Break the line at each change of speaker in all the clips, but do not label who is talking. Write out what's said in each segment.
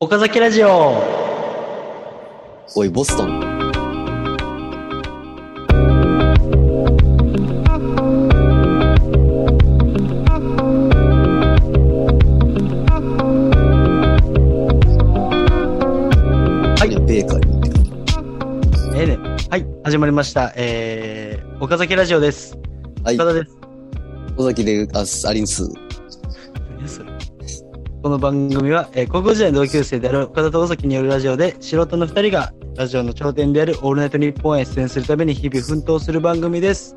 岡崎ラジオ
おい、ボストン。
はい
や。ベーカリーって感じ。
ええね。はい、始まりました。えー、岡崎ラジオです。
はい
岡。田です。
尾崎で、あ、アリンス。
何それこの番組は、えー高校時代の同級生である岡田と尾崎によるラジオで、素人の二人がラジオの頂点であるオールナイトニッポンへ出演するために日々奮闘する番組です。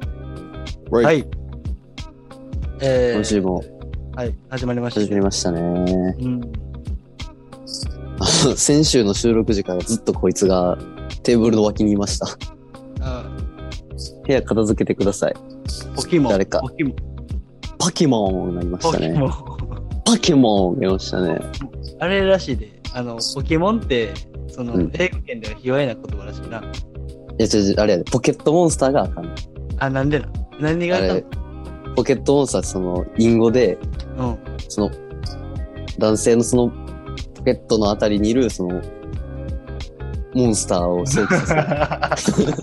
は
はい。え
今
ー、
週も
はい、始まりまし
始
た。
めましたね。
うん。
あの先週の収録時からずっとこいつがテーブルの脇にいました。
あ
部屋片付けてください。
ポキモン。
誰か
ポキモン。
パキモンがいまし
ポ
た
キ
ね。
モン。
パキモンがいましたね。
あれらしいで、あの、ポケモンって、その、
うん
英語圏では卑猥な言葉らしいな。
いや、ちょ、ちょあれやで、ポケットモンスターがあかん。
あ、なんでな何が
あ
あったの
れ、ポケットモンスターってその、隠語で、
うん。
その、男性のその、ポケットのあたりにいる、その、モンスターを想起 させる。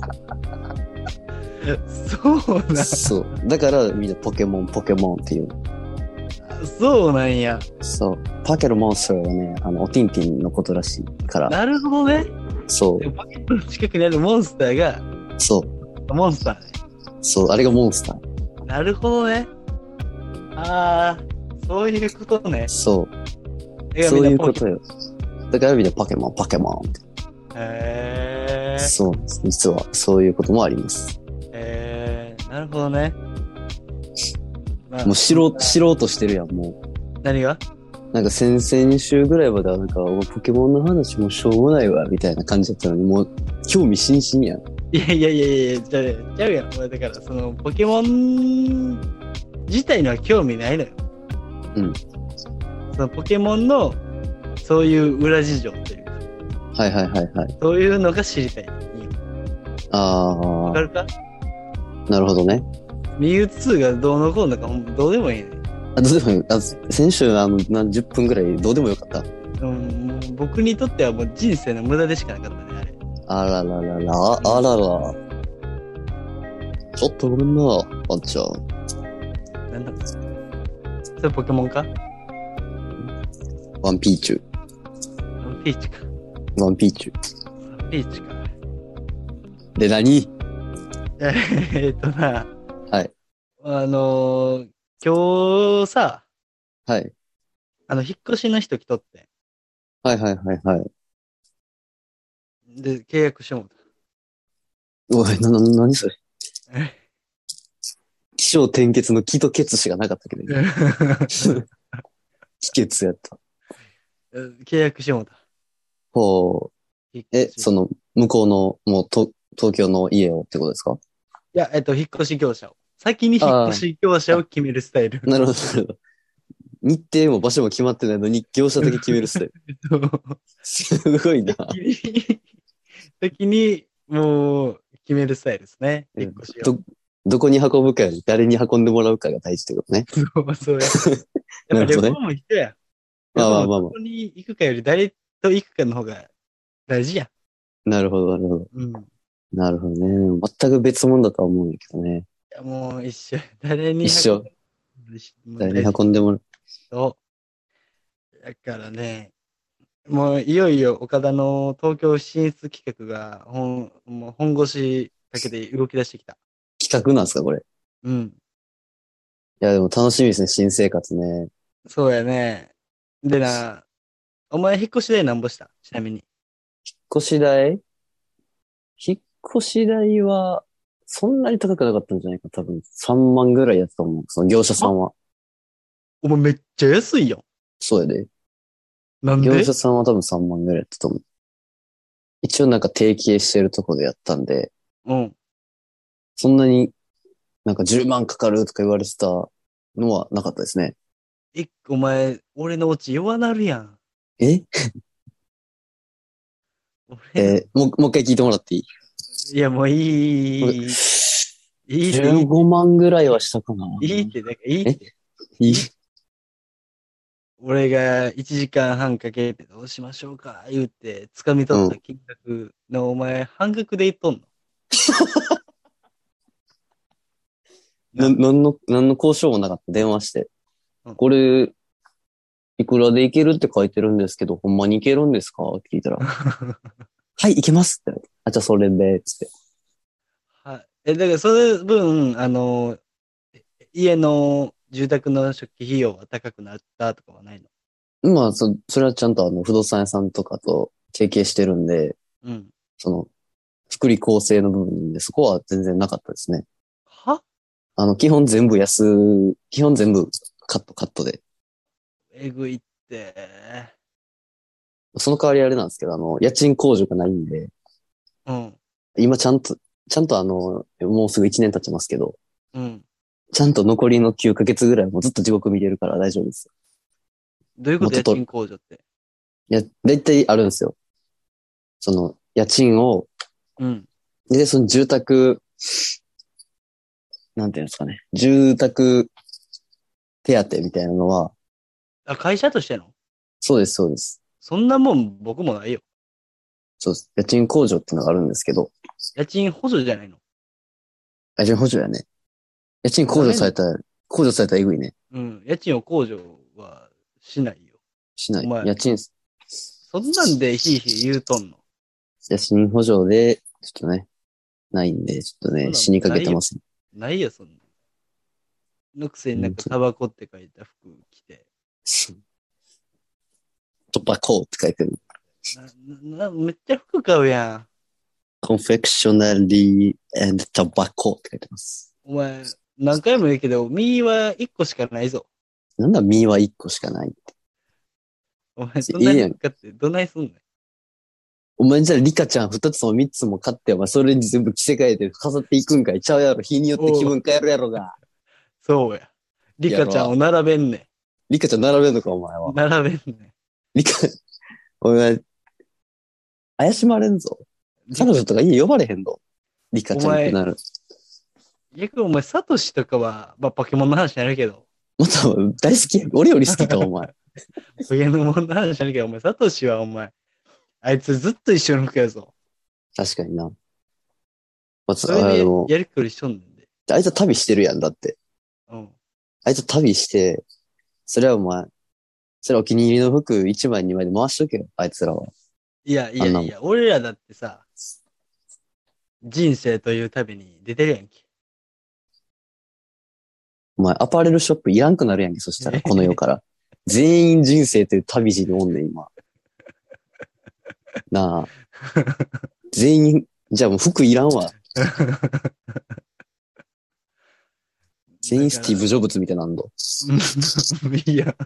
そうな
そう。だからみんなポケモン、ポケモンっていう。
ん、そうなんや。
そう。パケのモンスターはね、あの、おティンティンのことらしいから。
なるほどね。
そ
ポケットの近くにあるモンスターが、
う。そう。
モンスターね。
そう。あれがモンスター。
なるほどね。ああ、そういうことね。
そう。
絵が
そ
みん
う
な
いう
ポ
こ
ケ
とよ。だからみんなパケモン、パケモンって。
へえ。
そうなんです。実は、そういうこともあります。
へえ。なるほどね。まあ
もう知ろう、知ろうとしてるやん、も
何が
う。なんか先々週ぐらいまではなんか、お前ポケモンの話もうしょうもないわ、みたいな感じだったのに、もう、興味津々やん。
いやいやいやいや、じゃあちゃうやん。俺だから、その、ポケモン自体には興味ないのよ。
うん。
そのポケモンの、そういう裏事情というか、
はいはいはいはい。
そういうのが知りたい。
あ
わかるか
ー、なるほどね。
ミュウツーがどうのこうのか、ほんどうでもいいね。
あどうでもいいあ先週あの何十分ぐらいどうでもよかった。
うん、もう僕にとってはもう人生の無駄でしかなかったね、あれ。
あらららら、ああらら。ちょっとごめんな、あんちゃん。
なんだろうそれポケモンか
ワンピーチュ。
ピーチか。
ワンピーチュ。
ピーチか。
で、何
えーっとな、
はい。
あのー今日さ、
はい。
あの、引っ越しの人来とって。
はいはいはいはい。
で、契約してもうた。
おい、な、な、何それ
え。
気象転結の気と血しがなかったけど。 気血やった。
契約してもうた。
ほ
引っ
う。え
越、し
その、向こうの、もう、と、東京の家をってことですか
いや、えっと、引っ越し業者を。先に引っ越し業者を決めるスタイル。
なるほど、なるほど。日程も場所も決まってないのに、業者だけ決める スタイル。すごいな。
先に、 先に、もう、決めるスタイルですね。引っ越しを。
ど、どこに運ぶかより誰に運んでもらうかが大事ってことね。
そう、そうや。 や
な
っぱ
る
旅
ほどね
行も人や。
まあまあまあまあ
どこに行くかより誰と行くかの方が大事や。
なるほど、なるほど。
うん。い
なるほどね。全く別物だとは思うんだけどね。
や、もう一緒や。誰に
一緒。
運ぶ
誰に運んでもらう。
そう。だからね、もういよいよ岡田の東京進出企画が本もう本腰かけて動き出してきた。
企画なんですか、これ。い
うん。
や、でも楽しみですね、新生活ね。
そうやね。でな、お前引っ越しでなんぼしたちなみに。
引っ越し代引っ越し代は、そんなに高くなかったんじゃないか、多分。3万ぐらいやったと思う。その業者さんは。
お前めっちゃ安いやん。
そうやで。
なんで
業者さんは多分3万ぐらいやったと思う。一応なんか提携してるとこでやったんで、
うん。
そんなになんか10万かかるとか言われてたのはなかったですね。
え、お前、俺のオチ弱なるやん。
え
俺
えーもう、もう一回聞いてもらっていい
いや、もういい、いい、いい、いいって、
?15 万ぐらいはしたかない
いいって、なんかいいって。
いい
俺が1時間半かけてどうしましょうか言うて、掴み取った金額のお前、半額で言っとんの
な、なんの、なんの交渉もなかった。電話して
うん。
これ、いくらでいけるって書いてるんですけど、ほんまにいけるんですかって聞いたら、はい、いけますって。あ、じゃあそれで、つって。
はい。え、だからその分、あの、家の住宅の初期費用は高くなったとかはないの
まあ、そ、それはちゃんとあの、不動産屋さんとかと提携してるんで、
うん。
その、福利厚生の部分で、そこは全然なかったですね。
は
あの、基本全部安、基本全部カットカットで。
えぐいって。
その代わりあれなんですけど、あの、家賃控除がないんで、
うん。
今ちゃんと、ちゃんとあの、もうすぐ1年経ちますけど、
うん。
ちゃんと残りの9ヶ月ぐらいもずっと地獄見れるから大丈夫です。
どういうこと家
元取
賃控除って。
いや、だいたいあるんですよ。その、家賃を、
うん。
で、その住宅、なんていうんですかね、住宅手当みたいなのは、
あ、会社としての
そうです、そうです。
そんなもん僕もないよ。
そうです。家賃控除っていうのがあるんですけど、
家賃補助じゃないの。
家賃補助やね。家賃控除されたら、控除されたらえぐいね。
うん。家賃を控除はしないよ。
しない。
お前
家賃、
そんなんでひいひい言うとんの。
家賃補助で、ちょっとね、ないんで、ちょっと
そんな
ね、
の
死にかけてます、
ないよ、そんなん。のくせになんかタバコって書いた服着て。
突破コーって書いてる。
な、な、めっちゃ服買うやん。
コンフェクショナリー and タバコって書いてます。
お前、何回も言うけど、右は1個しかないぞ。
なんだ、身は1個しかない。
お前、そんない
い
に
やん
買って、どないすんねん。
お前じゃあ、リカちゃん2つも3つも買って、お前それに全部着せ替えて飾っていくんかいちゃうやろ。日によって気分変えるやろが。
そうや。リカちゃんを並べんね
リカちゃん並べるのか、お前は
ん。。並べんね
リカ、お前、怪しまれんぞ。
ん。
彼女とか家呼ばれへんぞ。リカちゃんってなる。
逆にお前、サトシとかは、まあ、ポケモンの話になるけ ど、
また、大好きや。俺より好きか、お前。
ポケモンの話になるけど、お前、サトシはお前、あいつずっと一緒の服やぞ。
確かにな。ま
そ
た、
れ
あ
で
の、
やりくりしとんねんで。
あいつは旅してるやん、だって。
うん。
あいつ旅して、それはお前、それはお気に入りの服1枚2枚で回しとけよ、あいつらは。
いやい
あん
や
なも
い
ん
や、俺らだってさ、人生という旅に出てるやんけ。
お前、アパレルショップいらんくなるやんけ、そしたら、この世から。全員人生という旅路におんねん、今。なあ。全員、じゃあもう服いらんわ。全員スティーブ・ジョブズみたいなんだ。
うん いいやん、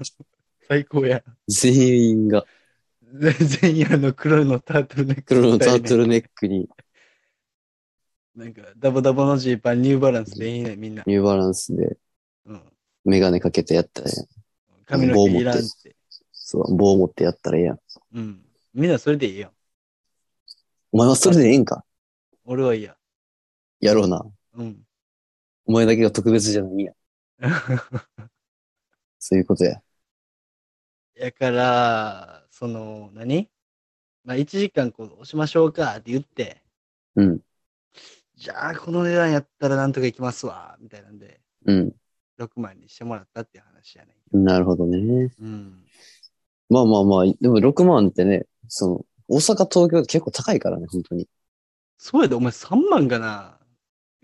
最高やん。
全員が
全員あの黒のタートルネック
黒のタート
ル。
ルネックに
なんかダボダボのジーパン、ニューバランスでいいね、みんな。
ニューバランスで
うん、
メガネかけてやったらええやん。
髪の毛いらんって。
そう、棒持ってやったらええやん。
うん。みんなそれでいいやん。
お前はそれでええんか
俺は嫌。
やろうな。
うん。
お前だけが特別じゃないんや。そういうことや。
やから、その、何まあ、1時間こう、どうしましょうかって言って、
うん。
じゃあ、この値段やったらなんとかいきますわ、みたいなんで、
うん。
6万にしてもらったっていう話やねんけど。
なるほどね。
うん。
まあまあまあ、でも6万ってね、その、大阪、東京って結構高いからね、本当に。
そうやで、お前3万がな、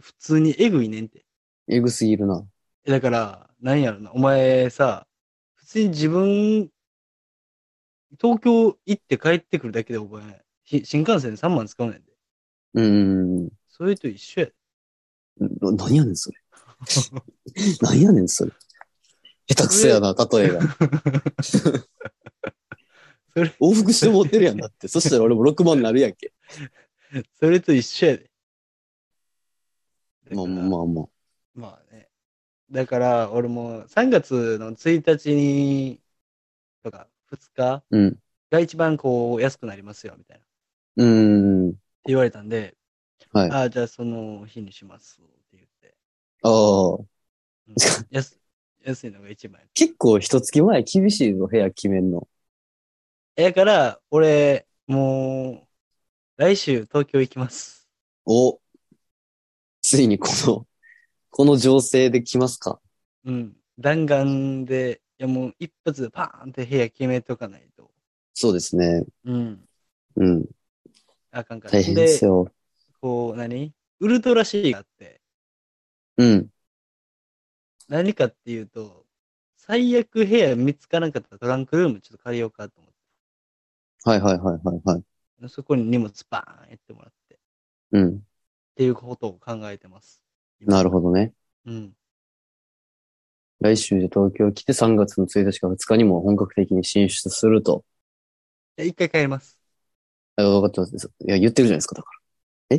普通にえぐいねんって。
えぐすぎるな。
えだから、なんやろな、お前さ、普通に自分、東京行って帰ってくるだけで、お前、し新幹線で3万使うねんで。
うーん。
それと一緒やで。
な何やねん、それ。何やねん、それ。下手くそやな、例えが。
それ、
往復して持ってるやんだって。そしたら俺も6万になるやんけ。
それと一緒やで。
まあ
だ
ま
か
あ
ら
まあまあ。
まあね。だから、俺も3月の1日に、とか2日
うん。
が一番こう安くなりますよ、みたいな。って
うーん。
言われたんで、
はい。あ
ああ、じゃあその日にしますって言って。
あ。
うん安 安いのが1万円。
結構一月前厳しいぞ、部屋決めんの。
だから、俺、もう、来週東京行きます。
お。ついにこの、この情勢で来ますか
うん。弾丸で、いやもう一発でパーンって部屋決めとかないと。
そうですね。
うん。
うん。
あかんから。
大変ですよ。
こう、何ウルトラシリがあって、
うん。
何かっていうと、最悪部屋見つからんかったらトランクルームちょっと借りようかと思っ
はいはいはいはいはい。
て、そこに荷物バーンやってもらって、っ
うん。
ていうことを考えてます。
なる
ほ
ほどね。
ど。うん。
来週で東京来て3月の1日か2日にも本格的に進出すると。
じゃあ一回帰ります。
あ分かってます。いや、言ってるじゃないですか、だから。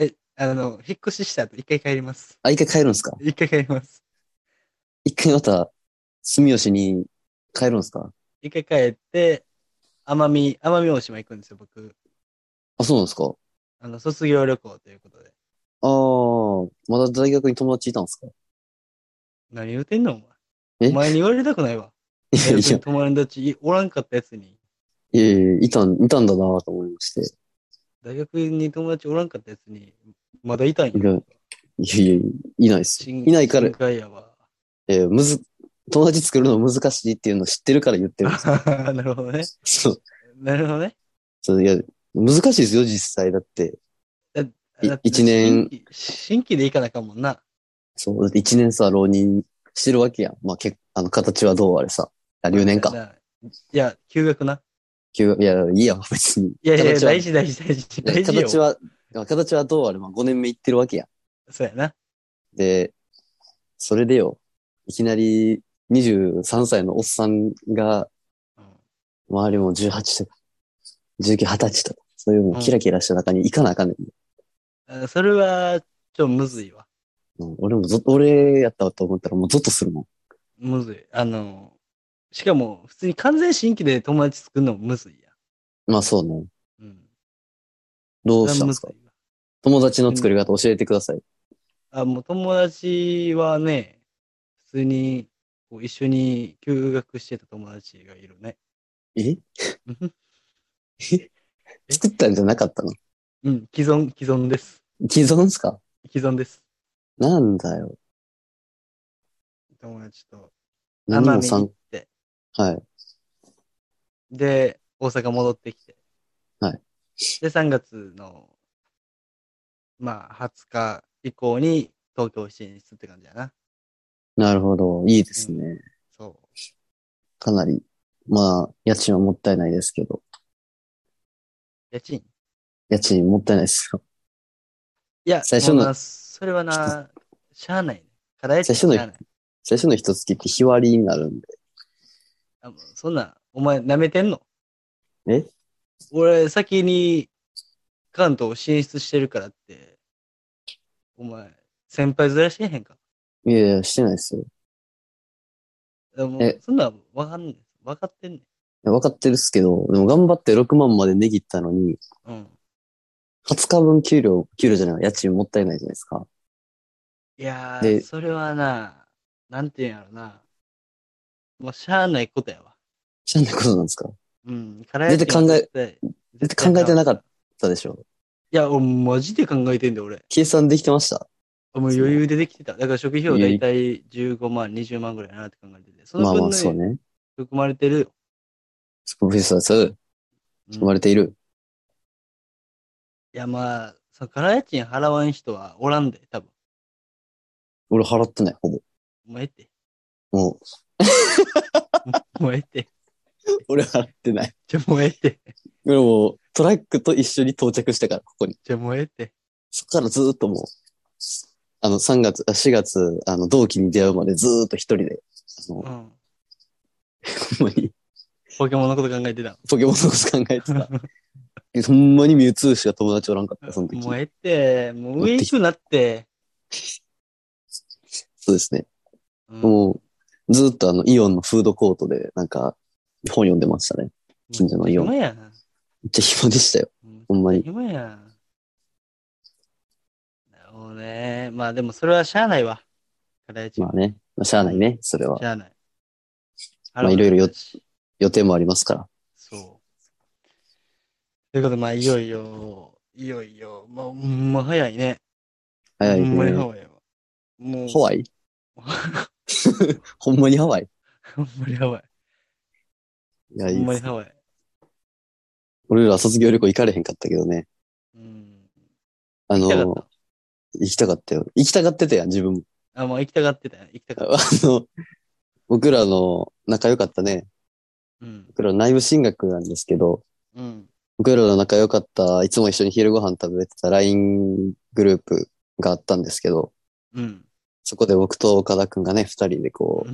え、あの、引っ越しした後一回帰ります。
あ、一回帰るんですか
一回帰ります。
一回また、住吉に帰るんですか
一回帰って、奄美、奄美大島行くんですよ、僕。
あ、そうなんですか
あの、卒業旅行ということで。
ああ、まだ大学に友達いたんですか
何言うてんのお前。
え
お前に言われたくないわ。
い
大
やい
学に友達おらんかったやつに、
や、いやいやいたん、いたんだなと思いまして。
大学に友達おらんかったやつに、まだいたんや。
いるいやいや、いないです。
心
いないから
心、外や わ。
えーむず、友達作るの難しいっていうの知ってるから言ってるんです。
なるほどね。
そう。
なるほどね。
そういや、難しいですよ、実際。だって、い
だって
一年
新規。新規で行かなあかんもんな。
そう、だって一年さ、浪人してるわけやん。まあ、けあの、形はどうあれさ。あ、留年か。
な。いや、休学な。
休いや、いいやん、別に。
いやいや、
形は
大事大事大事。大事
形
よ。
は、形はどうあれ、まあ、5年目行ってるわけやん。
そうやな。
で、それでよ、いきなり23歳のおっさんが、
うん
周りも18とか、19、20歳とか、そういうもうキラキラした中に行かなあかんねん。
あそれは、ちょ、むずいわ。
うん俺もぞ、俺やったわと思ったらもうゾッとするもん。
むずい。あの、しかも、普通に完全新規で友達作るのもむずいや
まあそうね。
ん。うん。
どうしたんですか
それはむずいわ
友達の作り方教えてください。
あ、もう友達はね、普通にこう一緒に休学してた友達がいるね。
え
うん
え作ったんじゃなかったの
うん、既存、既存です。
既存っすか
既存です。
なんだよ。
友達と。
何
奄
も
美
さ
行
ん
っ、て。
はい。
で、大阪戻ってきて。
はい。
で、3月の、まあ、20日以降に東京進出って感じやな。
なるほど。いいですね。
そ
かなり。まあ、家賃はもったいないですけど。
う。家賃
家賃もったいないですよ。
いや、
最初の
もうなそれはな、しゃあない。課題や
最初の
しゃあない。
最初の一月って日割りになるんで。
あもうそんなん、お前舐めてんの
え
俺、先に関東進出してるからって、お前、先輩ずらしてへんか。
いやいや、してないですよ。い
でも
え
そんなん分かんねん。分かってんね
や分かってるっすけど、でも頑張って6万まで値切ったのに、
ん。うん。
20日分給料、給料じゃない、家賃もったいないじゃないですか。
いやー、
で
それはな、なんていうんやろな。もうしゃあないことやわ。
知らないことなんですか
うん。課題やし
絶対考え
対、
絶対考えてなかった
い
たでしょ
や、俺、マジで考えてんだよ、俺。
計算できてました
あもう余裕でできてた。だから食費用大体15万、20万ぐらいやなって考えてて。そ
ま
の分、ね
あまあ、そうね。
含まれてるよ。
プロフェッサーズ、
うん
生まれている。
いや、まあ、その、から家賃払わん人はおらんで、多分。
俺払ってない、ほぼ。
もうええって。
もう、
もうええって。
俺払ってない。
じゃ、もうええって。
俺もう、トラックと一緒に到着したから、ここに。
じゃ、もうええって。
そっからずーっともう、あの、3月、あ4月、あの、同期に出会うまでずーっと一人で、 あの、
う
ほん
ん。
まに、
ポケモンのこと考えてた。
ポケモンのこと考えてた。ほんまにミュウツーしか友達おらんかった、その時
もう。ええって。もう上行くなって。
そうですね。
うん
もう、ずーっとあの、イオンのフードコートで、なんか、本読んでましたね。近所のイオン
暇やな。
めっちゃ暇でしたよ。ほ
うん
まに。
暇やん。なるほどね。まあ、でもそれはしゃあないわ。から家賃
まあね。まあ、しゃあないね、それは
じ。ゃあない。
まあいろいろよ予定もありますから。
そう。ということで、まあ、いよいよ、いよいよ、まあ、ほんま早いね。
早い
ほんまに
ね。
早いわ。もう、
ハ ワイほんまにハワイ
ほんまに早い。
いや、
ほ
い
ん
い
ま
で
に
す。
早い。
俺ら卒業旅行行かれへんかったけどね。
うん。
あの、
行きた
行
かっ
きたかったよ。行きたがってたやん、自分も。
た。あ、もう行きたがってたよ。行きたかっ
あの、僕らの仲良かったね。
た。うん。
僕ら内部進学なんですけど、
うん。
僕らの仲良かった、いつも一緒に昼ご飯食べてた LINE グループがあったんですけど、
うん。
そこで僕と岡田くんがね、二人で こう、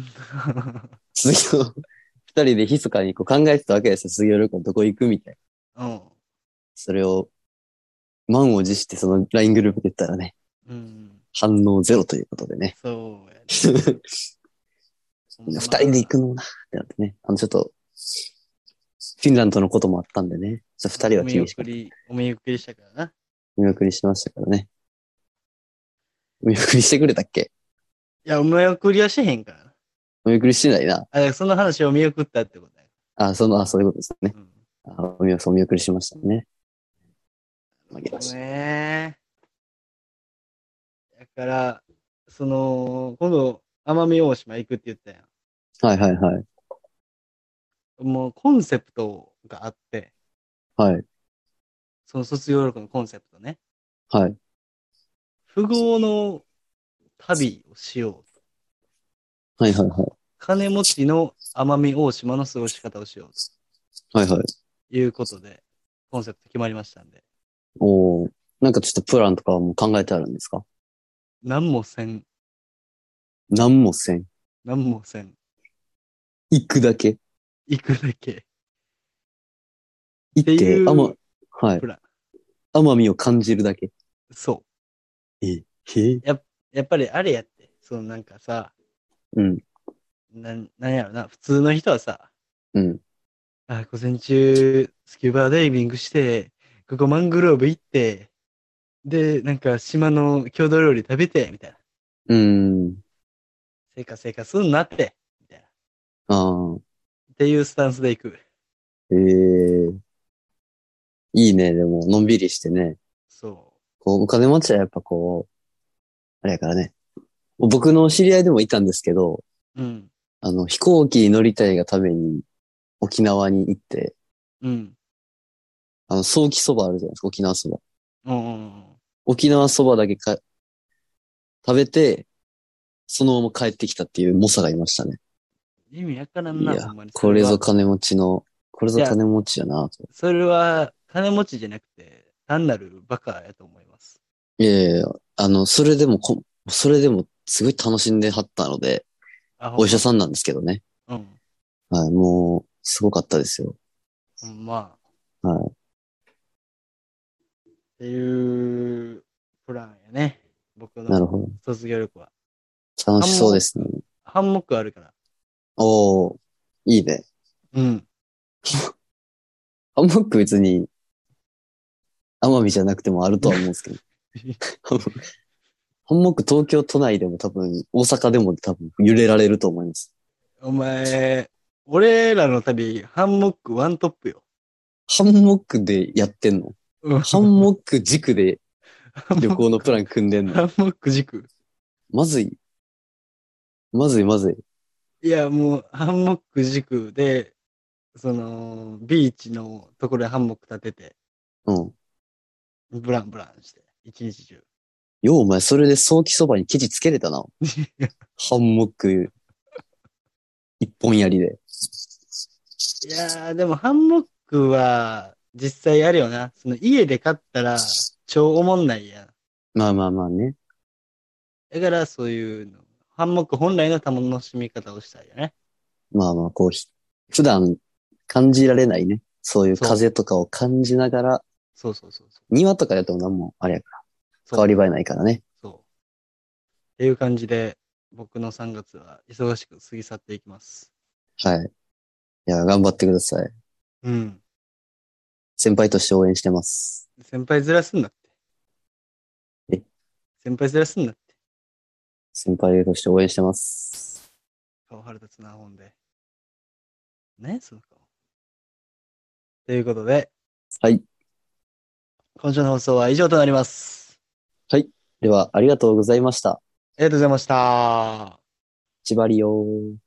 卒業、二人で密かにこう考えてたわけですよ。卒業旅行どこ行くみたいな。
うん。
それを、満を持してその LINE グループで言ったらね、
うん。
反応ゼロということ でね。
そうやね。
二人で行くのもなってなってね。あの、ちょっと、フィンランドのこともあったんでね。ちょっと二人は
お見
厳しく
送り、お見送りしたからな。
見送りしてましたからね。見送りしてくれたっけ
いや、お見送りはしてへんからな。
見送りしてないな。
あ、だからその話を見送ったってことだよ。
あ、その、あ、そういうことですね。
うん。
あお見送りお見送りしましたね。負けました。
ねえ。だから、その、今度、奄美大島行くって言ったや
はいはいはい。
ん。もうコンセプトがあって、
はい。
その卒業旅行のコンセプトね。
はい。
富豪の旅をしようと。
はいはいはい。
金持ちの奄美大島の過ごし方をしよう
はいはい。
ということで、コンセプト決まりましたんで。
おーなんかちょっとプランとかはもう考えてあるんですか
何もせん、
なんもせん。
何もせん。
行くだけ。
行くだけ。
行って
ってい、う
あま、はい
プラン。
奄美を感じるだけ。
そう。
へえ。
やっぱりあれやって、そのなんかさ、
うん。
なん、なんやろな、普通の人はさ、
うん。
あ、午前中、スキューバーダイビングして、ここマングローブ行って、で、なんか島の郷土料理食べて、みたいな。
うーん。
生活生活すんなって、みたいな。っ
ああ。
ていうスタンスで行く。
ええ。いいね。でも、のんびりしてね。
そ
こう、お金持ちはやっぱこう、あれやからね。僕の知り合いでもいたんですけど、
う。うん。
あの、飛行機に乗りたいがために沖縄に行って、
うん。
あの、早期そばあるじゃないですか、沖縄そば。
うんうんうん。
沖縄そばだけか、食べて、そのまま帰ってきたっていう猛者がいましたね。
意味わからん
い
な、
や
ほんまに、
これぞ
そは。
金持ちの、これぞ金持ちやなと。
それは、金持ちじゃなくて、単なるバカやと思います。
いやいやいやあの、それでもこ、それでもすごい楽しんではったので、
あ、
お医者さんなんですけどね。
ん。うん。
はい、もう、すごかったですよ。
ほんまあ。
はい。
っていうプランやね。僕
なる
の
ほど。
卒業旅行は。
楽しそうですね。
ハンモックあるから。
おー、いいね。
うん。
ハンモック別に、奄美じゃなくてもあるとは思うんですけど。ハンモック東京都内でも多分、大阪でも多分揺れられると思います。
お前、俺らの旅、ハンモックワントップよ。
ハンモックでやってんの
うん
ハンモック軸で旅 行のプラン組んでん
ハ
の
ンモック軸。
まずい。まずいまずい。
いや、もう、ハンモック軸で、その、ビーチのところでハンモック立てて、
うん。
ブランブランして、一日中。
ようお前、それで早期そばにケチつけれたな。ハンモック、一本槍で。
いやー、でもハンモックは、実際あるよな。その、家で買ったら、超おもんないやん。
まあまあまあね。
だからそういうの、ハンモック本来の楽しみ方をしたいよね。
まあまあ、こうひ、普段感じられないね。そういう風とかを感じながら、
そうそうそうそう。
庭とかやっても何もあれやから、
そう
変わり映えないからね。
そう。っていう感じで、僕の3月は忙しく過ぎ去っていきます。
はい。いや、頑張ってください。
うん。
先輩として応援してます。
先輩ずらすんだって。
え
先輩ずらすんだって。
先輩として応援してます。
顔腹立つな、ほんで。ねその顔。ということで、
はい。
今週の放送は以上となります。
では、ありがとうございました。
ありがとうございました。
ちばりよー。